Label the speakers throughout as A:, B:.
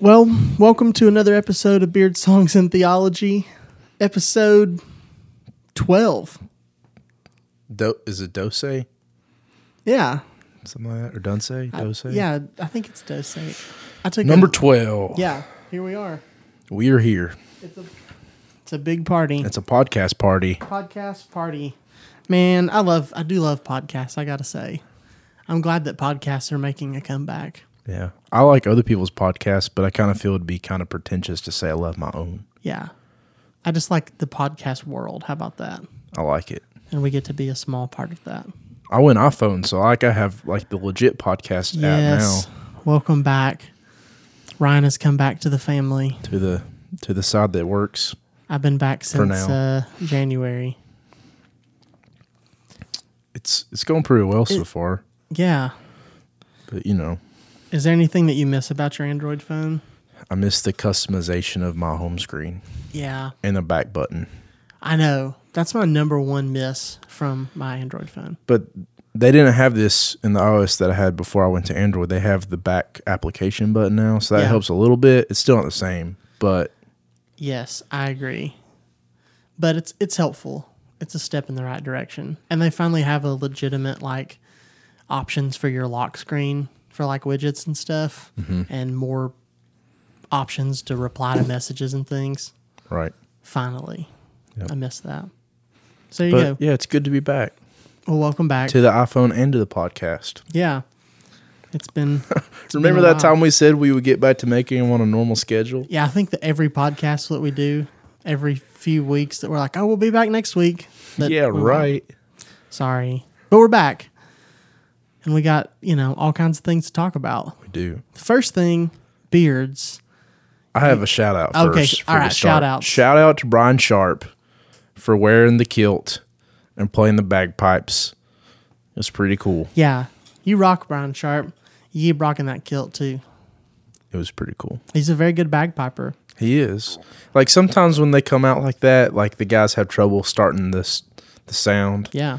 A: Well, welcome to another episode of Beard Songs and Theology, episode 12.
B: Do, is it Dose? Something
A: Yeah.
B: like that? Or Dunce? Dose?
A: Yeah, I think it's Dose. I took
B: Number
A: a-
B: 12.
A: Yeah, here we are.
B: We are here.
A: It's a, it's a big party.
B: It's a podcast party.
A: podcast party. Man, I love I do love podcasts, I got to say. I'm glad that podcasts are making a comeback.
B: Yeah. I like other people's podcasts, but I kind of feel it'd be kind of pretentious to say I love my own.
A: Yeah. I just like the podcast world. How about that?
B: I like it.
A: And we get to be a small part of that.
B: I went iPhone, so I like I have like the legit podcast
A: Yes.
B: app
A: Welcome back. Ryan has come back to the family.
B: now to the to the side that works.
A: I've been back since
B: now.
A: uh, January.
B: It's it's going pretty well so far,
A: Yeah.
B: but you know,
A: Is there anything that you miss about your Android phone?
B: I miss the customization of my home screen
A: Yeah.
B: and the back button.
A: I know. That's my number one miss from my Android phone.
B: but they didn't have this in the iOS that I had before I went to Android. They have the back application button now, so that
A: Yeah.
B: helps a little bit. It's still not the same, but
A: Yes, I agree. But it's it's helpful. It's a step in the right direction. And they finally have a legitimate like options for your lock screen for like widgets and stuff
B: Mm-hmm.
A: and more options to reply to messages and things.
B: right.
A: Finally.
B: Yep.
A: I missed that. So there you
B: But
A: go.
B: yeah, it's good to be back
A: Well, welcome back.
B: to the iPhone and to the podcast.
A: yeah. It's been
B: Remember
A: been a
B: that time we said we would get back to making them on a normal schedule?
A: yeah, I think that every podcast that we do every few weeks that we're like, "Oh, we'll be back next week." that
B: yeah,
A: we won't.
B: right.
A: Sorry. But we're back. And we got, you know, all kinds of things to talk about.
B: We do.
A: First thing, beards.
B: I have a shout out
A: Okay,
B: first.
A: all right, shout-outs.
B: Shout out to Brian Sharp for wearing the kilt and playing the bagpipes. It's pretty cool.
A: Yeah. You rock, Brian Sharp. You keep rocking that kilt too.
B: It was pretty cool.
A: He's a very good bagpiper.
B: He is. Like sometimes when they come out like that, like the guys have trouble starting this the sound.
A: Yeah.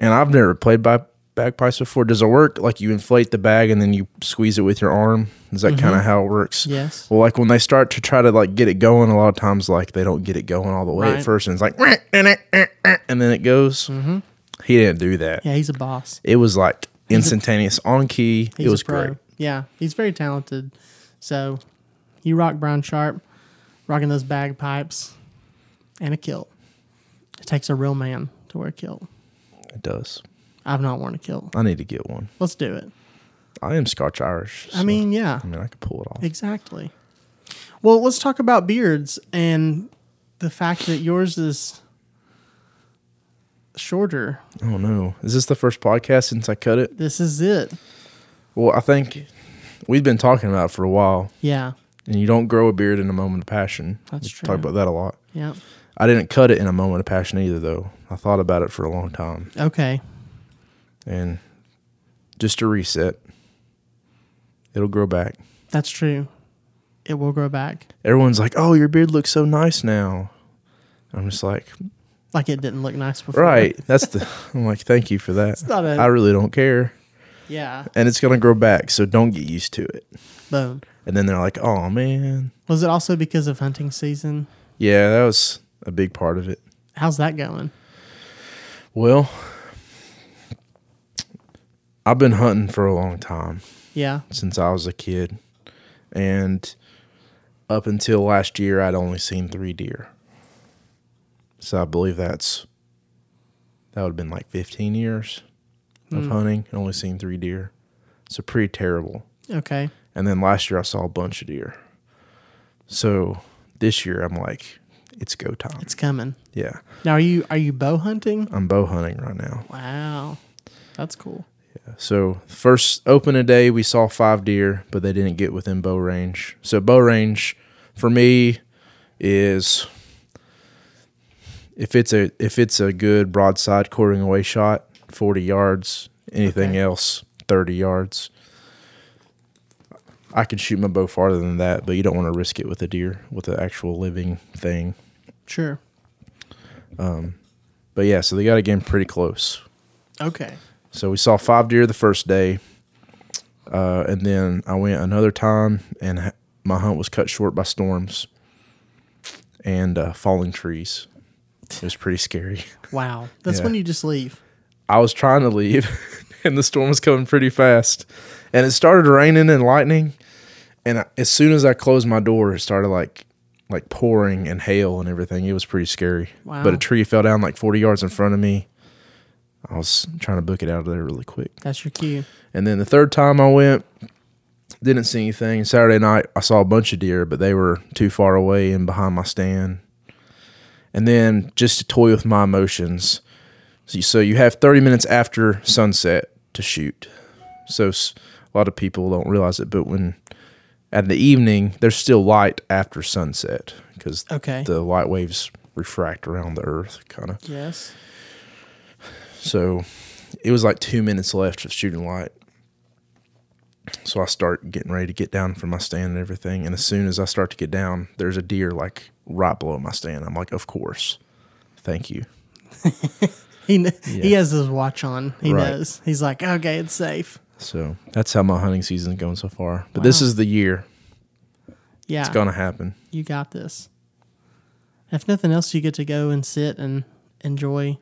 B: And I've never played by bagpipes before. Does it work? Like you inflate the bag and then you squeeze it with your arm? Is that kind of how it works?
A: Mm-hmm. Yes.
B: Well, like when they start to try to like get it going, a lot of times like they don't get it going all the way
A: Right.
B: at first, and it's like "Wah, eh, eh, eh, eh," and then it goes. Mm-hmm. He didn't do that.
A: Yeah, he's a boss.
B: It was like instantaneous on key.
A: He's
B: It was
A: a pro.
B: great.
A: Yeah. He's very talented. So you rock, Brian Sharp, rocking those bagpipes and a kilt. It takes a real man to wear a kilt.
B: It does.
A: I've not worn a kilt.
B: I need to get one.
A: Let's do it.
B: I am Scotch Irish.
A: I mean, yeah.
B: I mean, I could pull it off.
A: Exactly. Well, let's talk about beards and the fact that yours is shorter.
B: Oh no. Is this the first podcast since I cut it?
A: This is it.
B: Well, I think we've been talking about it for a while,
A: Yeah.
B: and you don't grow a beard in a moment of passion.
A: That's
B: We
A: true.
B: Talk about that a lot.
A: Yeah.
B: I didn't cut it in a moment of passion either, though. I thought about it for a long time,
A: Okay.
B: and just to reset, it'll grow back.
A: That's true. It will grow back.
B: Everyone's like, "Oh, your beard looks so nice now." I'm just like,
A: Like it didn't look nice before.
B: "Right, that's the." I'm like, "Thank you for that."
A: not a-
B: I really don't care,
A: Yeah.
B: and it's gonna grow back, so don't get used to it.
A: Boom.
B: And then they're like, "Oh man,
A: Was it also because of hunting season?
B: yeah, that was a big part of it."
A: How's that going?
B: Well, I've been hunting for a long time
A: Yeah.
B: since I was a kid. And up until last year, I'd only seen three deer. So I believe that's, that would have been like 15 years of hunting, and only seen three deer. So pretty terrible.
A: Okay.
B: And then last year, I saw a bunch of deer. So this year, I'm like, it's go time.
A: It's coming.
B: Yeah.
A: Now are you are you bow hunting?
B: I'm bow hunting right now.
A: Wow. That's cool.
B: So first opening day, we saw five deer, but they didn't get within bow range. So bow range for me is if it's a if it's a good broadside quartering away shot, forty yards. Anything
A: Okay.
B: else, thirty yards. I could shoot my bow farther than that, but you don't want to risk it with a deer, with an actual living thing.
A: Sure.
B: But yeah, so they got a game pretty close.
A: Okay.
B: So we saw five deer the first day, uh, and then I went another time, and ha- my hunt was cut short by storms and uh, falling trees. It was pretty scary.
A: Wow. That's
B: Yeah.
A: when you just leave.
B: I was trying to leave, and the storm was coming pretty fast, and it started raining and lightning. And I, as soon as I closed my door, it started like like pouring and hail and everything. It was pretty scary.
A: Wow.
B: But a tree fell down like forty yards in front of me. I was trying to book it out of there really quick.
A: That's your cue.
B: And then the third time I went, didn't see anything. Saturday night, I saw a bunch of deer, but they were too far away and behind my stand. And then just to toy with my emotions. So you, so you have 30 minutes after sunset to shoot. So s- a lot of people don't realize it, but when at the evening, there's still light after sunset because
A: Okay.
B: the light waves refract around the earth, kind of.
A: yes.
B: So it was like two minutes left of shooting light. So I start getting ready to get down from my stand and everything. And as soon as I start to get down, there's a deer like right below my stand. I'm like, of course. Thank you.
A: He kn- he has his watch on. He
B: Right.
A: knows. He's like, okay, it's safe.
B: So that's how my hunting season's going so far. But this
A: Wow.
B: is the year
A: Yeah.
B: it's going to happen.
A: You got this. If nothing else, you get to go and sit and enjoy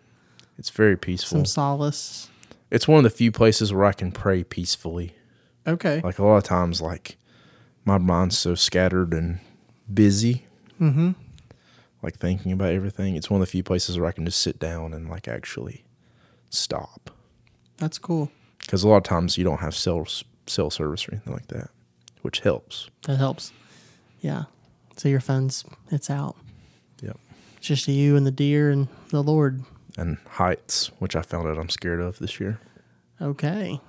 B: It's very
A: some
B: peaceful.
A: solace.
B: It's one of the few places where I can pray peacefully.
A: Okay.
B: Like a lot of times, like my mind's so scattered and busy. Mm-hmm. Like thinking about everything. It's one of the few places where I can just sit down and like actually stop.
A: That's cool.
B: Because a lot of times you don't have cell cell service or anything like that, which helps.
A: That helps. Yeah. So your phone's it's out.
B: Yep.
A: It's just you and the deer and the Lord.
B: And heights, which I found out I'm scared of this year.
A: Okay.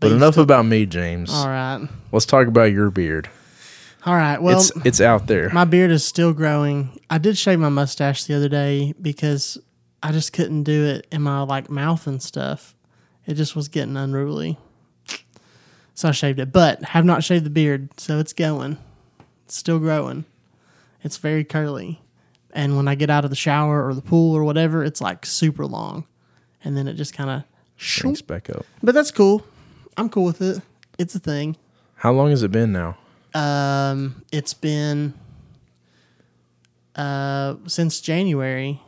B: But,
A: you
B: enough about me, James.
A: All right.
B: Let's talk about your beard.
A: All right. Well,
B: it's it's out there.
A: my beard is still growing. I did shave my mustache the other day because I just couldn't do it in my like mouth and stuff. It just was getting unruly. So I shaved it, but have not shaved the beard, so it's going. It's still growing. It's very curly. And when I get out of the shower or the pool or whatever, it's like super long. And then it just kind of
B: Brings back up.
A: But that's cool. I'm cool with it. It's a thing.
B: How long has it been now?
A: Um, it's been uh since January,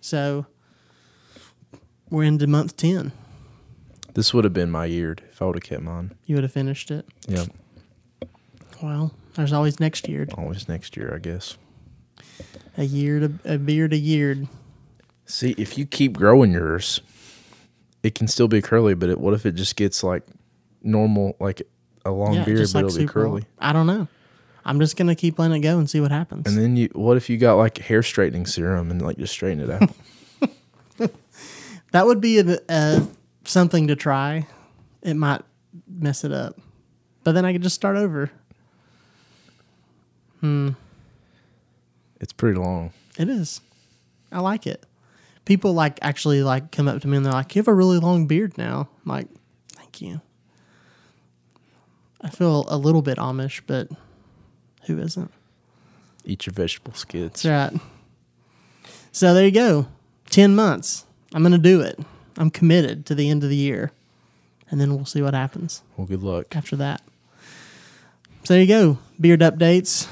A: so we're into month ten.
B: This would have been my year if I would have kept mine.
A: You would have finished it.
B: Yeah.
A: Well, there's always next year.
B: Always next year, I guess.
A: A year to a beard a year.
B: See, if you keep growing yours, it can still be curly, but it, what if it just gets like normal, like a long
A: Yeah,
B: beard,
A: just
B: but
A: like
B: it'll be
A: super.
B: curly?
A: I don't know. I'm just gonna keep letting it go and see what happens.
B: And then you, what if you got like hair straightening serum and like just straighten it out?
A: that would be a, a something to try. It might mess it up, but then I could just start over.
B: it's pretty long.
A: It is. I like it. People like actually like come up to me and they're like, "You have a really long beard now." I'm like, thank you. I feel a little bit Amish, but who isn't?
B: Eat your vegetable skids.
A: That's right. So there you go. Ten months. I'm gonna do it. I'm committed to the end of the year, and then we'll see what happens
B: Well, good luck.
A: after that. So there you go. Beard updates.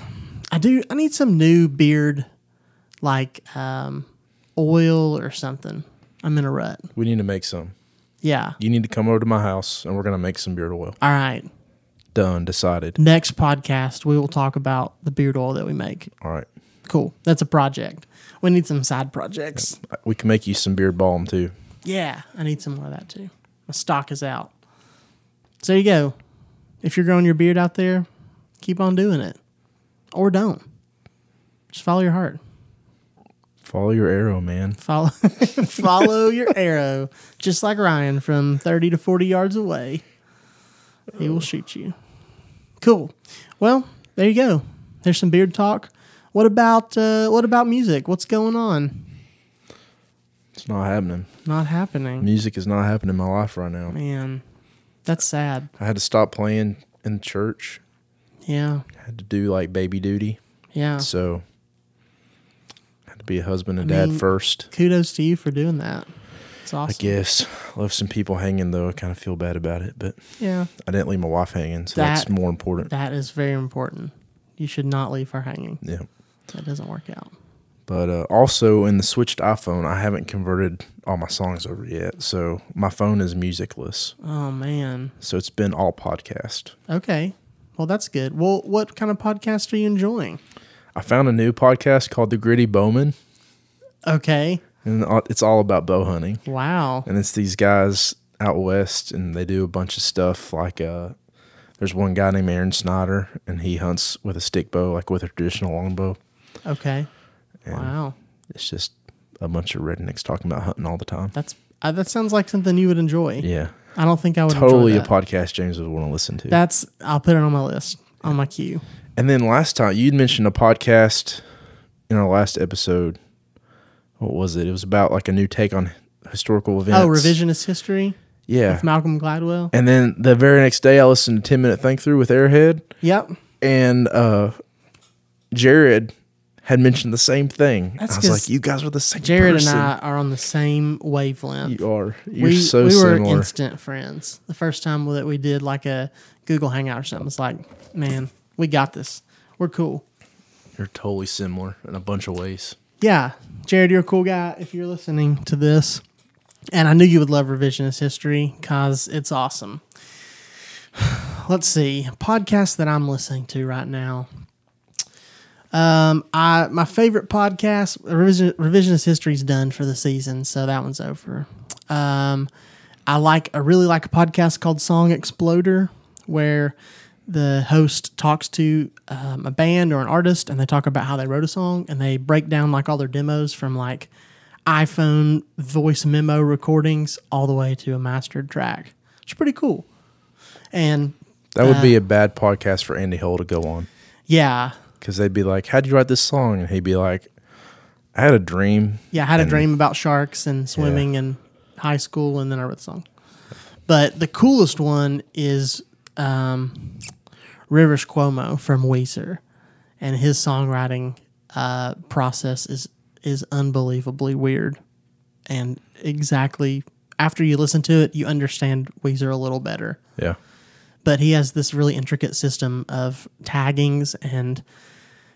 A: I do I need some new beard like um oil or something. I'm in a rut.
B: We need to make some.
A: Yeah.
B: You need to come over to my house and we're going to make some beard oil.
A: All right.
B: Done, decided.
A: Next podcast we will talk about the beard oil that we make.
B: All right.
A: Cool. That's a project. We need some side projects.
B: We can make you some beard balm too.
A: Yeah, I need some more of that too. My stock is out. So there you go. If you're growing your beard out there, keep on doing it. Or don't. Just follow your heart.
B: Follow your arrow, man.
A: Follow, follow your arrow, just like Ryan from 30 to 40 yards away. He will shoot you. Cool. Well, there you go. There's some beard talk. What about uh, what about music? What's going on?
B: It's not happening.
A: Not happening.
B: Music is not happening in my life right now.
A: Man, that's sad.
B: I had to stop playing in church.
A: Yeah,
B: I had to do like baby duty.
A: yeah.
B: So I had to be a husband and
A: I
B: dad
A: mean-
B: first.
A: Kudos to you for doing that. That's awesome.
B: I guess left some people hanging though. I kind of feel bad about it, but
A: Yeah.
B: I didn't leave my wife hanging, so that's
A: That-
B: more important.
A: That is very important. You should not leave her hanging.
B: yeah.
A: That doesn't work out.
B: But uh, also in the switched iPhone, I haven't converted all my songs over yet, so my phone is musicless.
A: Oh man.
B: So it's been all podcast.
A: Okay. Well, that's good. Well, what kind of podcast are you enjoying?
B: I found a new podcast called The Gritty Bowman,
A: Okay.
B: and uh, it's all about bow hunting.
A: Wow.
B: and it's these guys out west and they do a bunch of stuff like uh there's one guy named Aaron Snyder and he hunts with a stick bow like with a traditional longbow
A: Okay. Wow.
B: it's just a bunch of rednecks talking about hunting all the time
A: That's uh, that sounds like something you would enjoy.
B: yeah
A: I don't think I would
B: totally
A: enjoy
B: a
A: that.
B: podcast James would want to listen to
A: That's I'll put it on my list on my queue.
B: and then last time you'd mentioned a podcast in our last episode what was it it was about like a new take on historical events
A: Oh, revisionist history
B: yeah
A: with Malcolm Gladwell.
B: and then the very next day I listened to 10 minute think through with Airhead
A: Yep.
B: and uh, Jared had mentioned the same thing.
A: That's
B: I was
A: 'cause
B: like, you guys are the same.
A: Jared
B: person.
A: and I are on the same wavelength.
B: You are. You're
A: we,
B: so
A: we were
B: similar.
A: instant friends. The first time that we did like a Google Hangout or something, it's like, man, we got this. We're cool.
B: You're totally similar in a bunch of ways.
A: Yeah, Jared, you're a cool guy if you're listening to this. And I knew you would love revisionist history because it's awesome. Let's see podcast that I'm listening to right now. Um, I my favorite podcast revision, revisionist history's done for the season, so that one's over. Um, I like I really like a podcast called Song Exploder, where the host talks to um, a band or an artist, and they talk about how they wrote a song, and they break down like all their demos from like iPhone voice memo recordings all the way to a mastered track. It's pretty cool, and
B: That would be a bad podcast for Andy Hill to go on
A: yeah,
B: because they'd be like, "How'd you write this song?" And he'd be like, "I had a dream."
A: Yeah, I had a dream about sharks and swimming in high school, and then I wrote the song. But the coolest one is um, Rivers Cuomo from Weezer, and his songwriting uh, process is is unbelievably weird, and exactly after you listen to it, you understand Weezer a little better
B: Yeah,
A: but he has this really intricate system of taggings and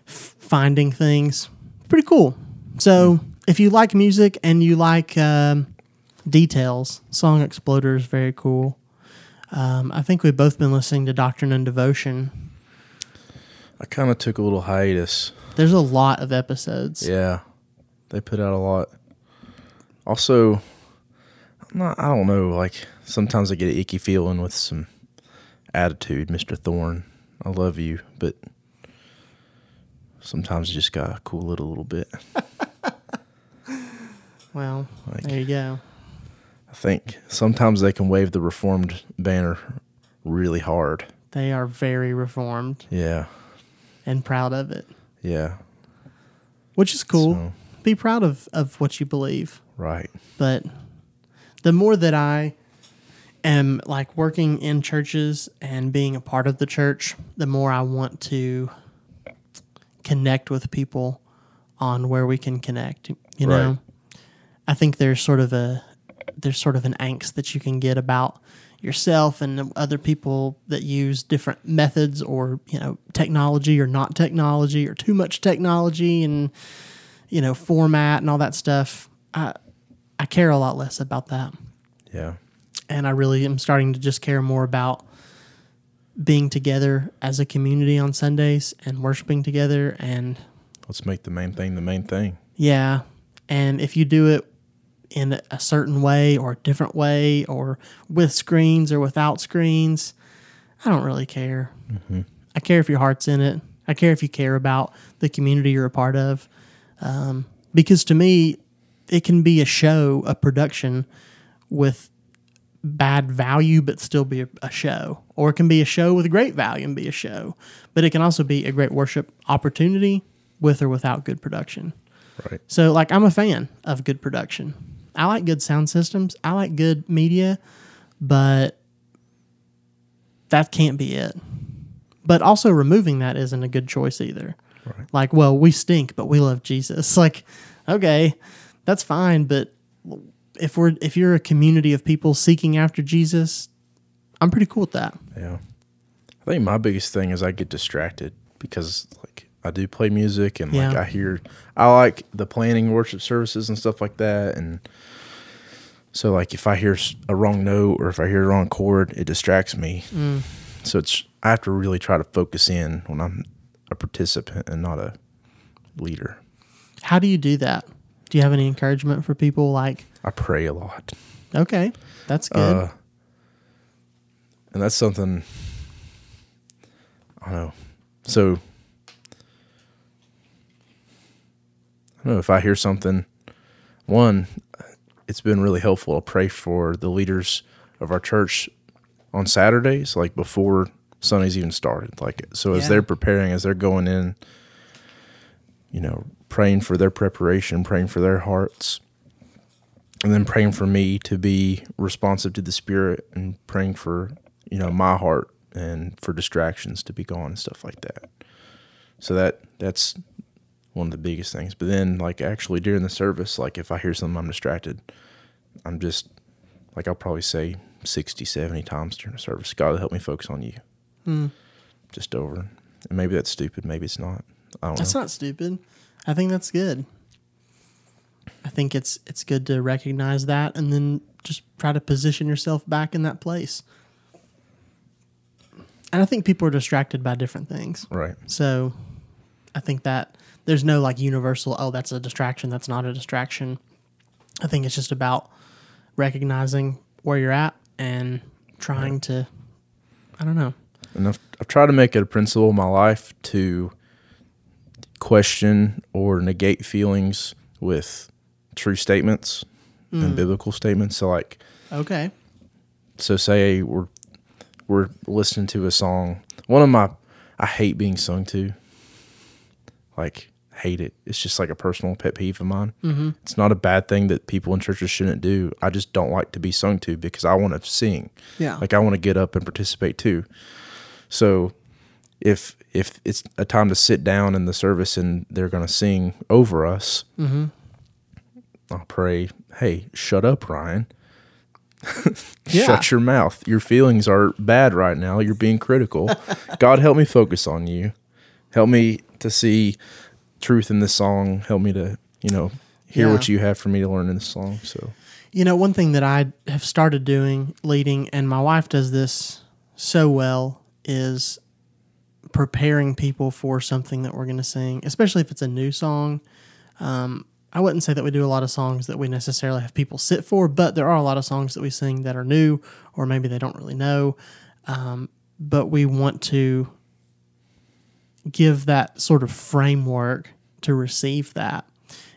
A: f- finding things. Pretty cool. So if you like music and you like um, details, Song Exploder is very cool. Um, I think we've both been listening to Doctrine and Devotion.
B: I kind of took a little hiatus.
A: There's a lot of episodes.
B: Yeah, they put out a lot. Also, I'm not. I don't know. Like sometimes I get an icky feeling with some attitude, Mister Thorne. I love you, but sometimes you just gotta cool it a little bit.
A: Well,
B: Like-
A: there you go.
B: I think sometimes they can wave the reformed banner really hard.
A: They are very reformed
B: Yeah,
A: and proud of it,
B: yeah.
A: which is cool.
B: So-
A: Be proud of, of what you believe.
B: Right.
A: but the more that I am like working in churches and being a part of the church, the more I want to connect with people on where we can connect. You know,
B: Right.
A: I think there's sort of a there's sort of an angst that you can get about yourself and the other people that use different methods or you know technology or not technology or too much technology and you know format and all that stuff. I I care a lot less about that
B: Yeah.
A: and I really am starting to just care more about being together as a community on Sundays and worshiping together and
B: Let's make the main thing the main thing.
A: yeah and if you do it in a certain way or a different way or with screens or without screens I don't really care I care if your heart's in it I care if you care about the community you're a part of um, because to me it can be a show a production with bad value but still be a, a show or it can be a show with great value and be a show but it can also be a great worship opportunity with or without good production
B: Right.
A: so like i'm a fan of good production i like good sound systems i like good media but that can't be it but also removing that isn't a good choice either
B: Right.
A: like well we stink but we love jesus like okay that's fine but if we're if you're a community of people seeking after Jesus, I'm pretty cool with that.
B: Yeah. I think my biggest thing is I get distracted because like I do play music and like
A: Yeah.
B: I hear I like the planning worship services and stuff like that and so like if I hear s- a wrong note or if I hear a wrong chord, it distracts me. So it's I have to really try to focus in when I'm a participant and not a leader.
A: How do you do that? Do you have any encouragement for people like
B: I pray a lot.
A: okay, that's good.
B: Uh, and that's something I don't know. So I don't know if I hear something. One, it's been really helpful to pray for the leaders of our church on Saturdays, like before Sundays even started. Like so, as
A: Yeah.
B: they're preparing, as they're going in, you know, praying for their preparation, praying for their hearts and then praying for me to be responsive to the spirit and praying for you know my heart and for distractions to be gone and stuff like that so that that's one of the biggest things but then like actually during the service like if i hear something i'm distracted i'm just like i'll probably say 60 70 times during the service god help me focus on you just over and maybe that's stupid maybe it's not i don't know
A: That's not stupid. I think that's good. I think it's it's good to recognize that and then just try to position yourself back in that place. And I think people are distracted by different things.
B: right
A: So I think that there's no like universal, oh, that's a distraction, that's not a distraction. I think it's just about recognizing where you're at and trying to, I don't know.
B: and I've, I've tried to make it a principle in my life to question or negate feelings with true statements and biblical statements. So like,
A: Okay.
B: so say we're we're listening to a song. One of my I hate being sung to. Like hate it. It's just like a personal pet peeve of mine. Mm-hmm. It's not a bad thing that people in churches shouldn't do. I just don't like to be sung to because I want to sing.
A: Yeah.
B: Like I want to get up and participate too. So if if it's a time to sit down in the service and they're going to sing over us,
A: Mm-hmm.
B: I'll pray, "Hey, shut up, Ryan.
A: Yeah.
B: Shut your mouth. Your feelings are bad right now. You're being critical. God help me focus on you. Help me to see truth in this song. Help me to, you know, hear what
A: Yeah.
B: you have for me to learn in this song." So,
A: You know, one thing that I have started doing leading, and my wife does this so well, is preparing people for something that we're going to sing, especially if it's a new song. Um, I wouldn't say that we do a lot of songs that we necessarily have people sit for, but there are a lot of songs that we sing that are new or maybe they don't really know. Um, but we want to give that sort of framework to receive that.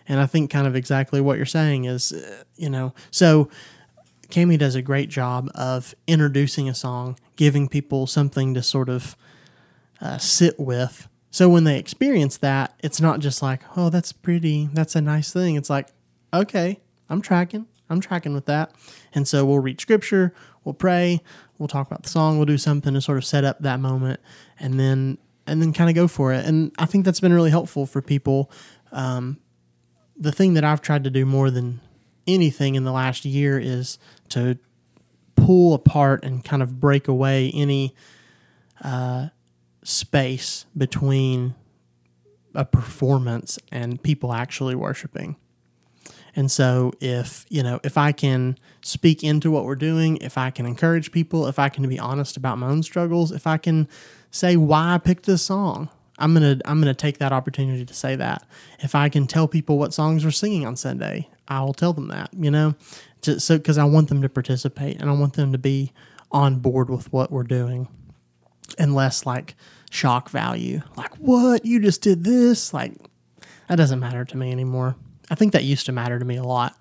A: And I think kind of exactly what you're saying is, uh, you know, so Cami does a great job of introducing a song, giving people something to sort of uh, sit with. So when they experience that, it's not just like, oh, that's pretty, that's a nice thing. It's like, okay, I'm tracking, I'm tracking with that. And so we'll read scripture, we'll pray, we'll talk about the song, we'll do something to sort of set up that moment, and then and then kind of go for it. And I think that's been really helpful for people Um, the thing that I've tried to do more than anything in the last year is to pull apart and kind of break away any uh, space between a performance and people actually worshiping. And so if, you know, if I can speak into what we're doing, if I can encourage people, if I can be honest about my own struggles, if I can say why I picked this song, I'm going to I'm going to take that opportunity to say that. If I can tell people what songs we're singing on Sunday, I'll tell them that, you know, to, so cuz I want them to participate and I want them to be on board with what we're doing and less like shock value. Like, what? You just did this? Like, that doesn't matter to me anymore. I think that used to matter to me a lot.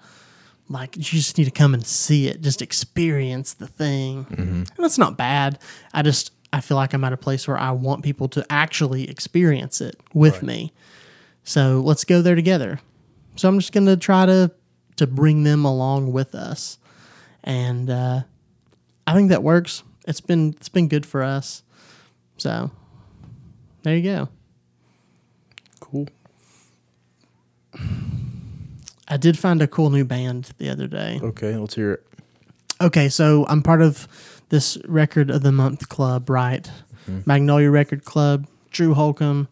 A: Like, you just need to come and see it, just experience the thing. And that's not bad. I just, I feel like I'm at a place where I want people to actually experience it with me. So let's go there together. So I'm just going to try to to bring them along with us. And uh, I think that works. It's been it's been good for us. So there you go.
B: cool.
A: I did find a cool new band the other day.
B: Okay, let's hear it.
A: Okay, so I'm part of this record of the month club, right? Magnolia Record Club, Drew Holcomb,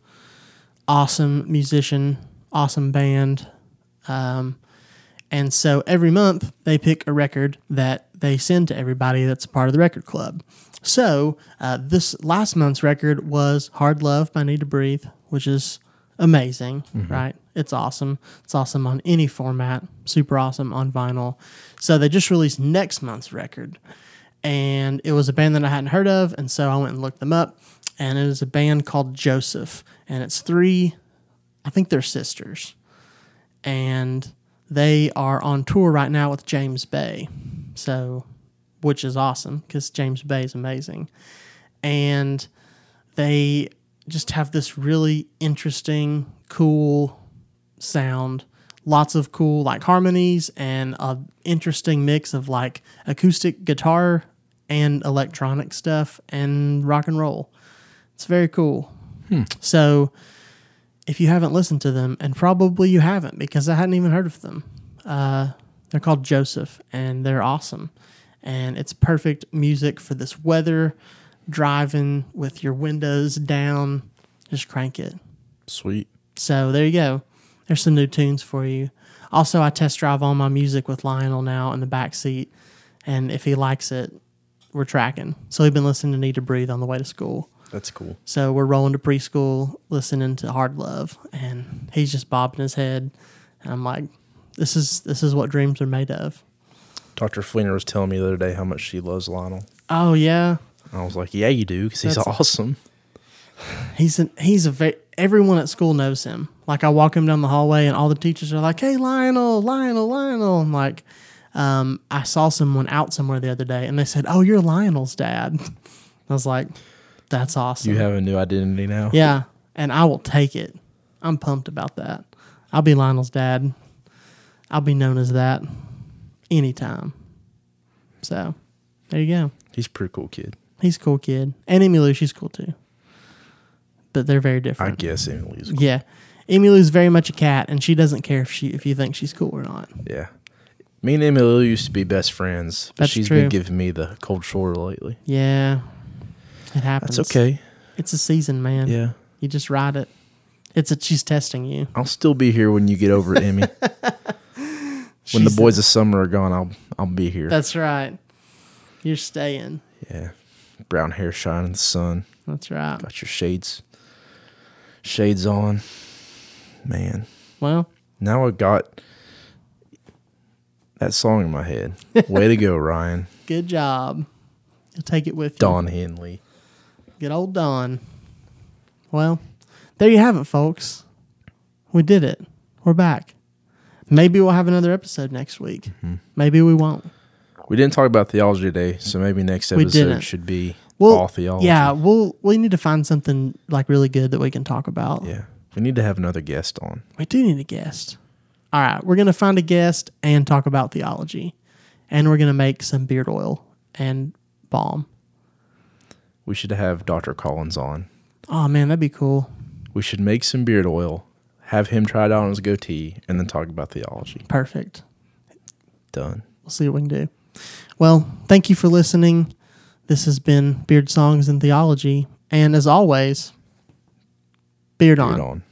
A: awesome musician, awesome band. Um, and so every month they pick a record that they send to everybody that's part of the record club. So uh, this last month's record was Hard Love by Need to Breathe, which is amazing, right? It's awesome. It's awesome on any format, super awesome on vinyl. So they just released next month's record. And it was a band that I hadn't heard of. And so I went and looked them up. And it is a band called Joseph. And it's three, I think they're sisters and they are on tour right now with James Bay. So, which is awesome because James Bay is amazing. And they just have this really interesting, cool sound. Lots of cool like harmonies and a interesting mix of like acoustic guitar and electronic stuff and rock and roll. It's very cool. So, if you haven't listened to them, and probably you haven't because I hadn't even heard of them. Uh, they're called Joseph, and they're awesome. And it's perfect music for this weather, driving with your windows down. Just crank it.
B: Sweet.
A: So there you go. There's some new tunes for you. Also, I test drive all my music with Lionel now in the back seat, and if he likes it, we're tracking. So we've been listening to Need to Breathe on the way to school.
B: That's cool.
A: So we're rolling to preschool, listening to Hard Love, and he's just bobbing his head, and I'm like, "This is this is what dreams are made of."
B: Dr. Fleener was telling me the other day how much she loves Lionel.
A: Oh yeah,
B: I was like, yeah, you do, because he's
A: That's-
B: awesome.
A: he's an, he's a ve- everyone at school knows him. Like I walk him down the hallway, and all the teachers are like, "Hey Lionel, Lionel, Lionel." I'm like, um, I saw someone out somewhere the other day, and they said, "Oh, you're Lionel's dad." I was like, "That's awesome."
B: You have a new identity now.
A: Yeah, and I will take it. I'm pumped about that. I'll be Lionel's dad. I'll be known as that anytime. So there you go.
B: He's a pretty cool kid.
A: He's a cool kid. And Emmylou, she's cool too. But they're very
B: I
A: different.
B: guess Emily's cool.
A: Yeah. Emmylou's very much a cat and she doesn't care if she if you think she's cool or not.
B: Yeah. Me and Emily used to be best friends, but
A: That's
B: she's
A: true.
B: been giving me the cold shoulder lately.
A: Yeah. It happens.
B: That's okay.
A: It's a season, man.
B: Yeah.
A: You just ride it. It's a she's testing you.
B: I'll still be here when you get over it, Emmy. when the
A: She's-
B: boys of summer are gone, I'll I'll be here.
A: That's right. You're staying.
B: yeah. Brown hair shining in the sun.
A: That's right.
B: Got your shades. Shades on. Man.
A: Well,
B: Now I got that song in my head. Way to go, Ryan.
A: Good job. You'll take it with you.
B: Don Henley.
A: Good old Don. Well, there you have it, folks. We did it. We're back. Maybe we'll have another episode next week. Maybe we won't.
B: We didn't talk about theology today, so maybe next
A: We
B: episode
A: didn't.
B: should be
A: Well,
B: all theology.
A: Yeah, we'll we need to find something like really good that we can talk about.
B: Yeah. We need to have another guest on.
A: We do need a guest. All right, we're gonna find a guest and talk about theology, and we're gonna make some beard oil and balm.
B: We should have Dr. Collins on.
A: Oh man, that'd be cool.
B: We should make some beard oil, have him try it on his goatee, and then talk about theology.
A: Perfect.
B: Done.
A: we'll see what we can do. Well, thank you for listening. This has been Beard Songs and Theology. And as always, beard
B: Beard
A: on.
B: on.